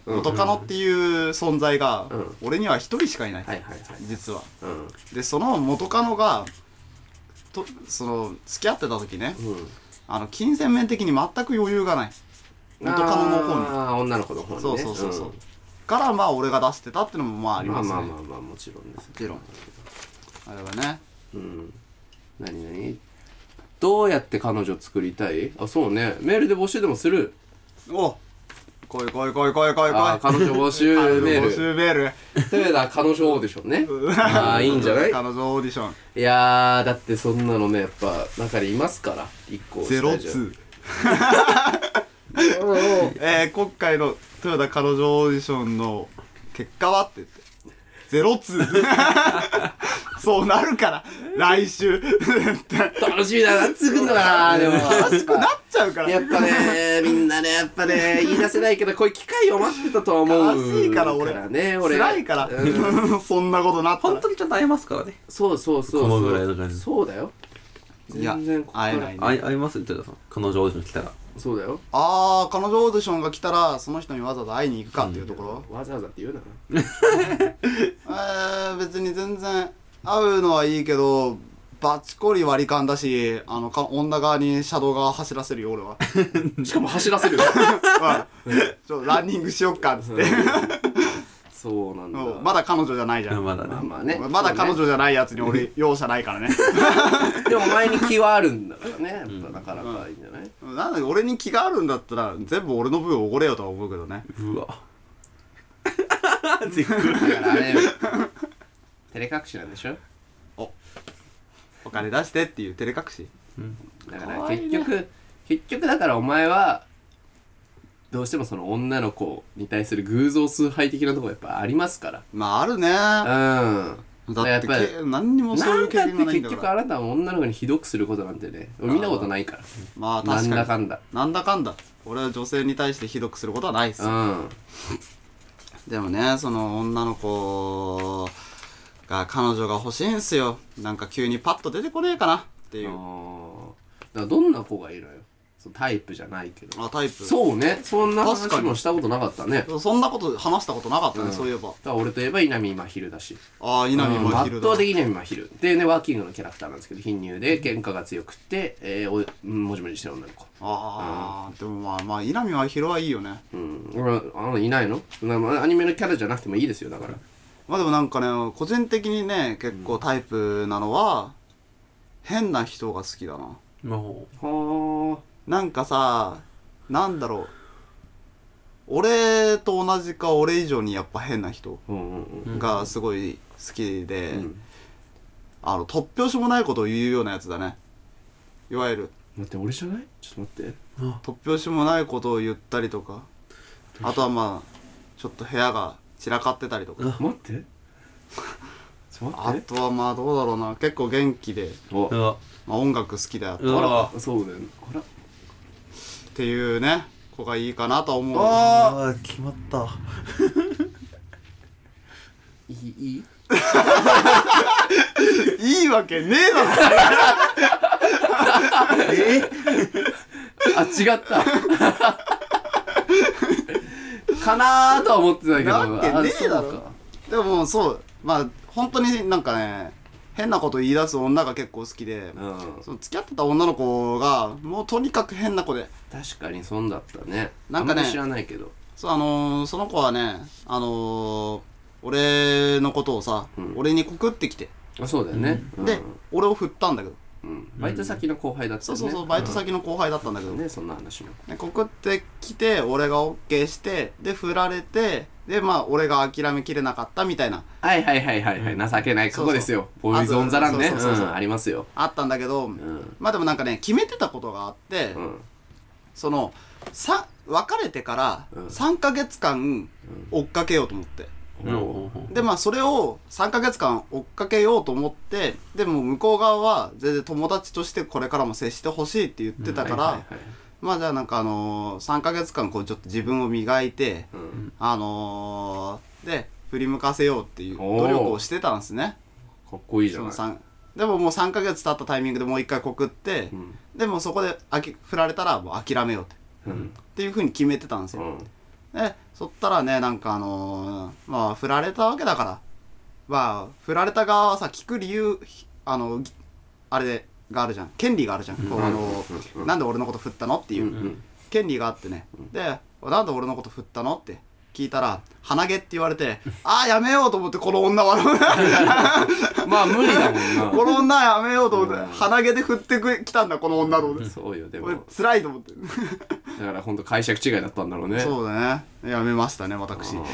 [SPEAKER 1] うん
[SPEAKER 2] 元
[SPEAKER 1] はい
[SPEAKER 2] カノっていう存在が
[SPEAKER 1] うん
[SPEAKER 2] 俺には一人しかいない、
[SPEAKER 1] はいはい。
[SPEAKER 2] 実は
[SPEAKER 1] うん
[SPEAKER 2] でその元カノがとその付き合ってた時ね
[SPEAKER 1] うん。
[SPEAKER 2] あの金銭面的に全く余裕がない元カノの方に、
[SPEAKER 1] ああ女の子の方にね。
[SPEAKER 2] そうそうそうそう、
[SPEAKER 1] ん
[SPEAKER 2] からまあ俺が出してたってのもまああり
[SPEAKER 1] まあまあ
[SPEAKER 2] ますね、
[SPEAKER 1] まあまあもちろんですけど。
[SPEAKER 2] もあれはね
[SPEAKER 1] うん。何何。どうやって彼女作りたいあそうねメールで募集でもする
[SPEAKER 2] お来い来い来い来い来い
[SPEAKER 1] あー
[SPEAKER 2] 来い
[SPEAKER 1] 彼女募集メ
[SPEAKER 2] 募
[SPEAKER 1] ール
[SPEAKER 2] 集メール
[SPEAKER 1] 豊田彼女オーディションねああいいんじゃ ない
[SPEAKER 2] 彼女オーディション
[SPEAKER 1] いやーだってそんなのねやっぱ中にいますから一個
[SPEAKER 2] ゼロツ
[SPEAKER 1] ー
[SPEAKER 2] ー えー、今回の豊田彼女オーディションの結果はって言ってゼロツー そうなるから来週 楽
[SPEAKER 1] 楽しみだなつくんだな でも
[SPEAKER 2] しくなっちゃうから
[SPEAKER 1] やっぱねみんなねやっぱね言い出せないけどこういう機会を待ってたとは思う
[SPEAKER 2] 悲しいから俺
[SPEAKER 1] ね俺
[SPEAKER 2] 辛いから、
[SPEAKER 1] うん
[SPEAKER 2] そんなことなったら
[SPEAKER 4] 本当にちゃんと会えますからね
[SPEAKER 1] そうそうそう
[SPEAKER 3] こ
[SPEAKER 1] そう
[SPEAKER 3] のぐらいの感じ
[SPEAKER 1] そうだよ
[SPEAKER 2] いや
[SPEAKER 1] 全然ここから
[SPEAKER 2] 会えないね
[SPEAKER 4] 会え会えますって言ったら彼女オーディション来たら
[SPEAKER 1] そうだよ
[SPEAKER 2] ああ彼女オーディションが来たらその人にわざわざ会いに行くかっていうところ、
[SPEAKER 1] わざわざって言うな
[SPEAKER 2] えー、別に全然会うのはいいけどバチコリ割り勘だしあのか女側に車道側走らせるよ俺は
[SPEAKER 1] しかも走らせ る
[SPEAKER 2] うんちょっとランニングしよっかっつって
[SPEAKER 1] そうなんだ
[SPEAKER 2] うんまだ彼女じゃないじゃん、
[SPEAKER 4] まだね
[SPEAKER 1] まあまあね
[SPEAKER 2] まだ彼女じゃないやつに俺容赦ないからね
[SPEAKER 1] でもお前に気はあるんだからねやっぱなかなかいいんじゃない
[SPEAKER 2] なんで俺に気があるんだったら全部俺の分おごれよとは思うけどね
[SPEAKER 4] うわ
[SPEAKER 1] だからあれよ照れ隠しなんでしょ
[SPEAKER 2] お金出してっていう照れ隠し
[SPEAKER 1] だか
[SPEAKER 2] からわいい
[SPEAKER 1] 結
[SPEAKER 2] ね
[SPEAKER 1] 局、結局だからお前はどうしてもその女の子に対する偶像崇拝的なところやっぱありますか
[SPEAKER 2] まああるね
[SPEAKER 1] らうん
[SPEAKER 2] だ
[SPEAKER 1] や
[SPEAKER 2] っ
[SPEAKER 1] ってぱり
[SPEAKER 2] け何にもそういう経
[SPEAKER 1] な
[SPEAKER 2] 験が
[SPEAKER 1] んだっ
[SPEAKER 2] な
[SPEAKER 1] て
[SPEAKER 2] いんだ
[SPEAKER 1] 結
[SPEAKER 2] か
[SPEAKER 1] 局
[SPEAKER 2] ら
[SPEAKER 1] あなたは女の子にひどくすることなんてね見たことないから
[SPEAKER 2] まあ確か
[SPEAKER 1] なん
[SPEAKER 2] に
[SPEAKER 1] だかんだ
[SPEAKER 2] なんだかんだ俺は女性に対してひどくすることはないです
[SPEAKER 1] うん
[SPEAKER 2] でもねその女の子が彼女が欲しいんすよなんか急にパッと出てこねえかなっていう
[SPEAKER 1] あーだからどんな子がいるのよそうタイプじゃないけど
[SPEAKER 2] あタイプ
[SPEAKER 1] そうねそんな
[SPEAKER 2] 確か
[SPEAKER 1] 話
[SPEAKER 2] に
[SPEAKER 1] もしたことなかったねだか
[SPEAKER 2] そんなこと話したことなかったね、そういえば
[SPEAKER 1] ら俺といえば稲見真昼だし
[SPEAKER 2] ああ稲見
[SPEAKER 1] うん
[SPEAKER 2] 真
[SPEAKER 1] 圧
[SPEAKER 2] 昼
[SPEAKER 1] 倒
[SPEAKER 2] だ
[SPEAKER 1] 的には真昼っていうねワーキングのキャラクターなんですけど貧乳で喧嘩が強くって、えー、おうんもじもじしてる女の子
[SPEAKER 2] ああでもまあまあ稲見真昼はいいよね
[SPEAKER 1] うん俺あのいないのなまあアニメのキャラじゃなくてもいいですよだから
[SPEAKER 2] まあでもなんかね個人的にね結構タイプなのは、変な人が好きだな
[SPEAKER 4] まあほ
[SPEAKER 1] は
[SPEAKER 2] なんかさなんだろう俺と同じか俺以上にやっぱ変な人
[SPEAKER 1] あうんうんうん
[SPEAKER 2] がすごい好きで、
[SPEAKER 1] ん
[SPEAKER 2] あの突拍子もないことを言うようなやつだねいわゆる
[SPEAKER 1] 待って俺じゃないちょっと待って
[SPEAKER 2] 突拍子もないことを言ったりとかあとはまあちょっと部屋が散らかってたりとか
[SPEAKER 1] 待って ちょっと
[SPEAKER 2] あ
[SPEAKER 1] 待って
[SPEAKER 2] とはまあどうだろうな結構元気で、
[SPEAKER 1] お
[SPEAKER 4] ううわ
[SPEAKER 2] まあ、音楽好きだよ
[SPEAKER 4] う
[SPEAKER 2] っ
[SPEAKER 4] わ
[SPEAKER 1] あそうだよねあら
[SPEAKER 2] ていうね子がいいかなとは思う
[SPEAKER 4] ああ決まった
[SPEAKER 1] いいいい
[SPEAKER 2] いいわけねえだろ
[SPEAKER 1] あ違った かなーとは思ってたけど
[SPEAKER 2] なわけねえだろ
[SPEAKER 1] あそうか
[SPEAKER 2] でもそうまあ本当になんかね変なこと言い出す女が結構好きで、
[SPEAKER 1] うん
[SPEAKER 2] その付き合ってた女の子がもうとにかく変な子で
[SPEAKER 1] 確かに損だったね
[SPEAKER 2] なんかね
[SPEAKER 1] あまり知らないけど
[SPEAKER 2] そうあのーその子はねあのー俺のことをさ、
[SPEAKER 1] うん
[SPEAKER 2] 俺に告ってきて、
[SPEAKER 1] あそうだよね、うん、
[SPEAKER 2] で俺を振ったんだけど
[SPEAKER 1] うん、バイト先の後輩だった
[SPEAKER 2] そ
[SPEAKER 1] よ
[SPEAKER 2] う
[SPEAKER 1] ね
[SPEAKER 2] そうそう、バイト先の後輩だったんだけど、
[SPEAKER 1] ねそんな話も
[SPEAKER 2] で告ってきて俺が OK してで振られてでまあ俺が諦めきれなかったみたいな
[SPEAKER 1] はいはいはいはいはい、情けない
[SPEAKER 2] そ
[SPEAKER 1] こ
[SPEAKER 2] うそ
[SPEAKER 1] こ
[SPEAKER 2] う
[SPEAKER 1] ですよボーイズ・オン・ザ・ランね
[SPEAKER 2] あそうそうそうそう
[SPEAKER 1] うんありますよ
[SPEAKER 2] あったんだけど、
[SPEAKER 1] うん
[SPEAKER 2] まあでもなんかね決めてたことがあって、
[SPEAKER 1] うん
[SPEAKER 2] そのさ別れてから
[SPEAKER 1] うん
[SPEAKER 2] 3ヶ月間追っかけようと思って、
[SPEAKER 4] うん
[SPEAKER 2] でまあそれを3ヶ月間追っかけようと思ってでも向こう側は全然友達としてこれからも接してほしいって言ってたか
[SPEAKER 1] はい
[SPEAKER 2] ら、
[SPEAKER 1] はいはい
[SPEAKER 2] まあじゃあなんかあのー、3ヶ月間こうちょっと自分を磨いて
[SPEAKER 1] うん
[SPEAKER 2] あのー、で振り向かせようっていう
[SPEAKER 1] おー
[SPEAKER 2] 努力をしてたんですね
[SPEAKER 1] かっこいいじゃ
[SPEAKER 2] そ
[SPEAKER 1] ない
[SPEAKER 2] の三でももう3ヶ月経ったタイミングでもう一回告って、
[SPEAKER 1] うん
[SPEAKER 2] でもそこであき振られたらもう諦めようって
[SPEAKER 1] うん
[SPEAKER 2] っていうふうに決めてたんです
[SPEAKER 1] う
[SPEAKER 2] よ、
[SPEAKER 1] ん
[SPEAKER 2] でそったらねなんかあのーまあ振られたわけだからまあ振られた側はさ聞く理由ひあのぎあれがあるじゃん権利があるじゃん、こうあのーなんで俺のこと振ったのっていう、
[SPEAKER 1] うん
[SPEAKER 2] 権利があってね、でなんで俺のこと振ったのって聞いたら鼻毛って言われてああやめようと思ってこの女は
[SPEAKER 1] まあ無理だもんな
[SPEAKER 2] この女はやめようと思って
[SPEAKER 1] うん
[SPEAKER 2] 鼻毛で振ってくきたんだこの女の
[SPEAKER 1] そうよでも
[SPEAKER 2] 俺辛いと思って
[SPEAKER 1] だから本当解釈違いだったんだろうね
[SPEAKER 2] そうだねやめましたね私 だか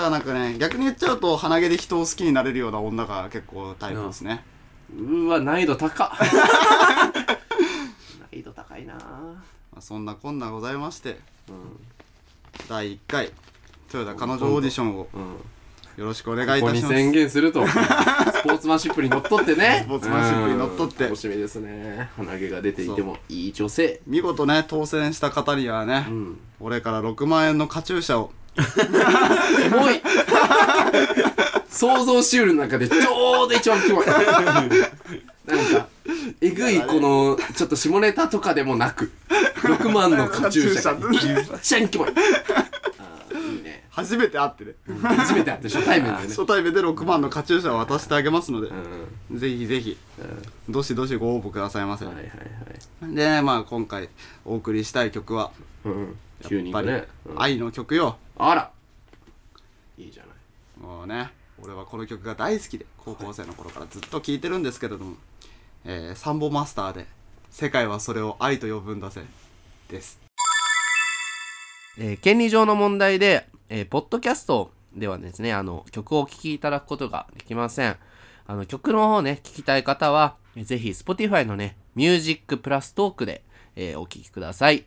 [SPEAKER 2] らなんかね逆に言っちゃうと鼻毛で人を好きになれるような女が結構タイプですね
[SPEAKER 1] うわ難易度高っ 難易度高いな
[SPEAKER 2] まあそんなこんなございまして
[SPEAKER 1] うん
[SPEAKER 2] 第1回豊田彼女オーディションを
[SPEAKER 1] うんこ
[SPEAKER 2] よろしくお願いい
[SPEAKER 1] こ
[SPEAKER 2] た
[SPEAKER 1] に
[SPEAKER 2] します
[SPEAKER 1] 宣言するとスポーツマンシップにのっとってね
[SPEAKER 2] スポーツマンシップにのっとって
[SPEAKER 1] うん楽しみですね鼻毛が出ていてもいい女性
[SPEAKER 2] 見事ね当選した方にはね、
[SPEAKER 1] うん
[SPEAKER 2] 俺から6万円のカチューシャを
[SPEAKER 1] キモい想像しうる中でちょうど一番キモいなんかえぐいこのちょっと下ネタとかでもなく6万のカチューシャ
[SPEAKER 2] カチューシャ
[SPEAKER 1] めっちゃんキモいあーいいね
[SPEAKER 2] 初めて会ってね
[SPEAKER 1] 初めて会って初対面でね
[SPEAKER 2] 初対面で6万のカチューシャを渡してあげますので
[SPEAKER 1] う、ん
[SPEAKER 2] ぜひぜひ
[SPEAKER 1] う
[SPEAKER 2] どしどしご応募くださいませ、
[SPEAKER 1] んはいはいはい
[SPEAKER 2] でまあ今回お送りしたい曲は
[SPEAKER 1] うん
[SPEAKER 2] や
[SPEAKER 1] 急に
[SPEAKER 2] っぱ
[SPEAKER 1] 行く
[SPEAKER 2] り
[SPEAKER 1] ねうん
[SPEAKER 2] 愛の曲よ、
[SPEAKER 1] あらいいじゃない
[SPEAKER 2] もうね俺はこの曲が大好きで高校生の頃からずっと聴いてるんですけれども、えーサンボマスターで「世界はそれを愛と呼ぶんだぜ」です
[SPEAKER 1] えー権利上の問題で、えーポッドキャストではですね、あの、曲をお聴きいただくことができません。あの、曲の方ね、聴きたい方は、えーぜひ、Spotify のね、ミュージックプラストークで、えーお聴きください。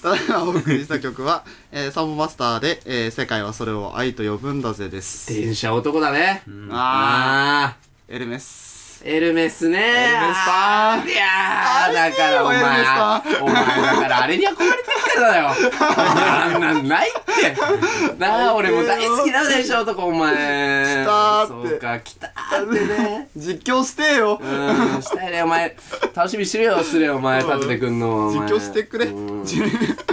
[SPEAKER 2] ただいまお送りした曲は、 えーサンボマスターで、えー世界はそれを愛と呼ぶんだぜ」です
[SPEAKER 1] 電車男だね。
[SPEAKER 2] あ
[SPEAKER 1] あー。
[SPEAKER 2] ーエルメス
[SPEAKER 1] エルメスねエル
[SPEAKER 2] メスか
[SPEAKER 1] いやーだからお前
[SPEAKER 2] エルメスか
[SPEAKER 1] お前だからあれに憧れてっから だよあんなんないってなあ俺も大好きなんでしょとかお前
[SPEAKER 2] 来たーって
[SPEAKER 1] そうか来たーってね
[SPEAKER 2] 実況してよ
[SPEAKER 1] うんしたいねお前楽しみにしてるよすれお前
[SPEAKER 2] うん
[SPEAKER 1] 立ててくんのお前
[SPEAKER 2] 実況してくれ
[SPEAKER 1] うん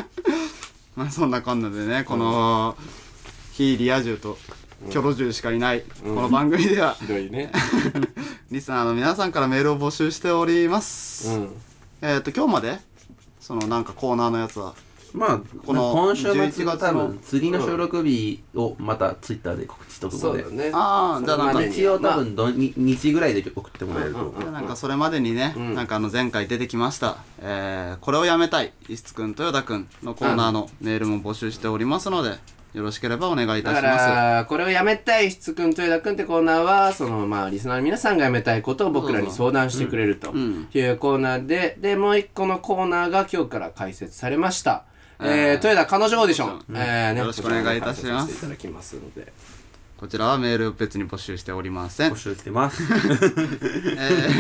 [SPEAKER 2] まあそんなこんなでねこの非リア充とキョロ充しかいないこの番組では
[SPEAKER 1] ひどいね
[SPEAKER 2] リスナーの皆さんからメールを募集しております、
[SPEAKER 1] うん
[SPEAKER 2] えっ、と今日までそのなんかコーナーのやつは
[SPEAKER 4] まあ、
[SPEAKER 2] この
[SPEAKER 4] 今週
[SPEAKER 2] 11月
[SPEAKER 4] 末
[SPEAKER 2] の
[SPEAKER 4] 多分次の収録日をまたツイッターで告知とく
[SPEAKER 1] そ
[SPEAKER 4] の
[SPEAKER 1] う
[SPEAKER 4] で
[SPEAKER 1] だ、ね
[SPEAKER 2] あーじゃあなん
[SPEAKER 1] それ
[SPEAKER 2] か
[SPEAKER 1] までに
[SPEAKER 4] 一応多分土日日ぐらいで送ってもらえると、
[SPEAKER 1] うん
[SPEAKER 2] なんかそれまでにね、
[SPEAKER 1] ん
[SPEAKER 2] なんかあの前回出てきました、えーこれをやめたい石津くん豊田くんのコーナーのメールも募集しておりますのでよろしければお願いいた
[SPEAKER 1] だ
[SPEAKER 2] し
[SPEAKER 1] か
[SPEAKER 2] ます
[SPEAKER 1] らこれをやめたいしつくん豊田くんってコーナーはそのまあリスナーの皆さんがやめたいことを僕らに相談してくれると
[SPEAKER 2] ん
[SPEAKER 1] いうコーナーででもう一個のコーナーが今日から開設されました、えー、豊田彼女オーディション、えーね
[SPEAKER 2] よろしくお願いいたし
[SPEAKER 1] こちらも解説し
[SPEAKER 2] ます
[SPEAKER 1] ていただきますので
[SPEAKER 2] こちらはメールを別に募集しておりません
[SPEAKER 4] 募集してます
[SPEAKER 2] え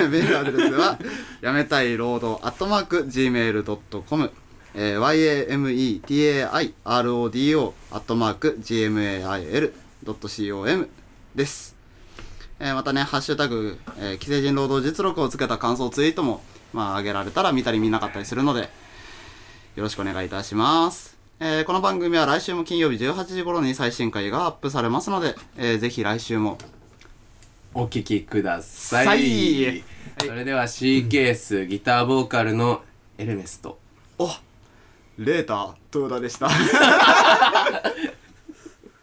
[SPEAKER 2] ーメールアドレスは、やめたい労働、アットマーク、gmail.com、えー、yametairodo、アットマーク、gmail.com です。えーまたね、ハッシュタグ、えー既成人労働実録をつけた感想ツイートも、まあ、上げられたら見たり見なかったりするので、よろしくお願いいたします。えーこの番組は来週も金曜日18時頃に最新回がアップされますので、えーぜひ来週も
[SPEAKER 1] お聴きください、
[SPEAKER 2] さい
[SPEAKER 1] それでは C ケースギターボーカルのエルメスと
[SPEAKER 2] おレーター豊田でした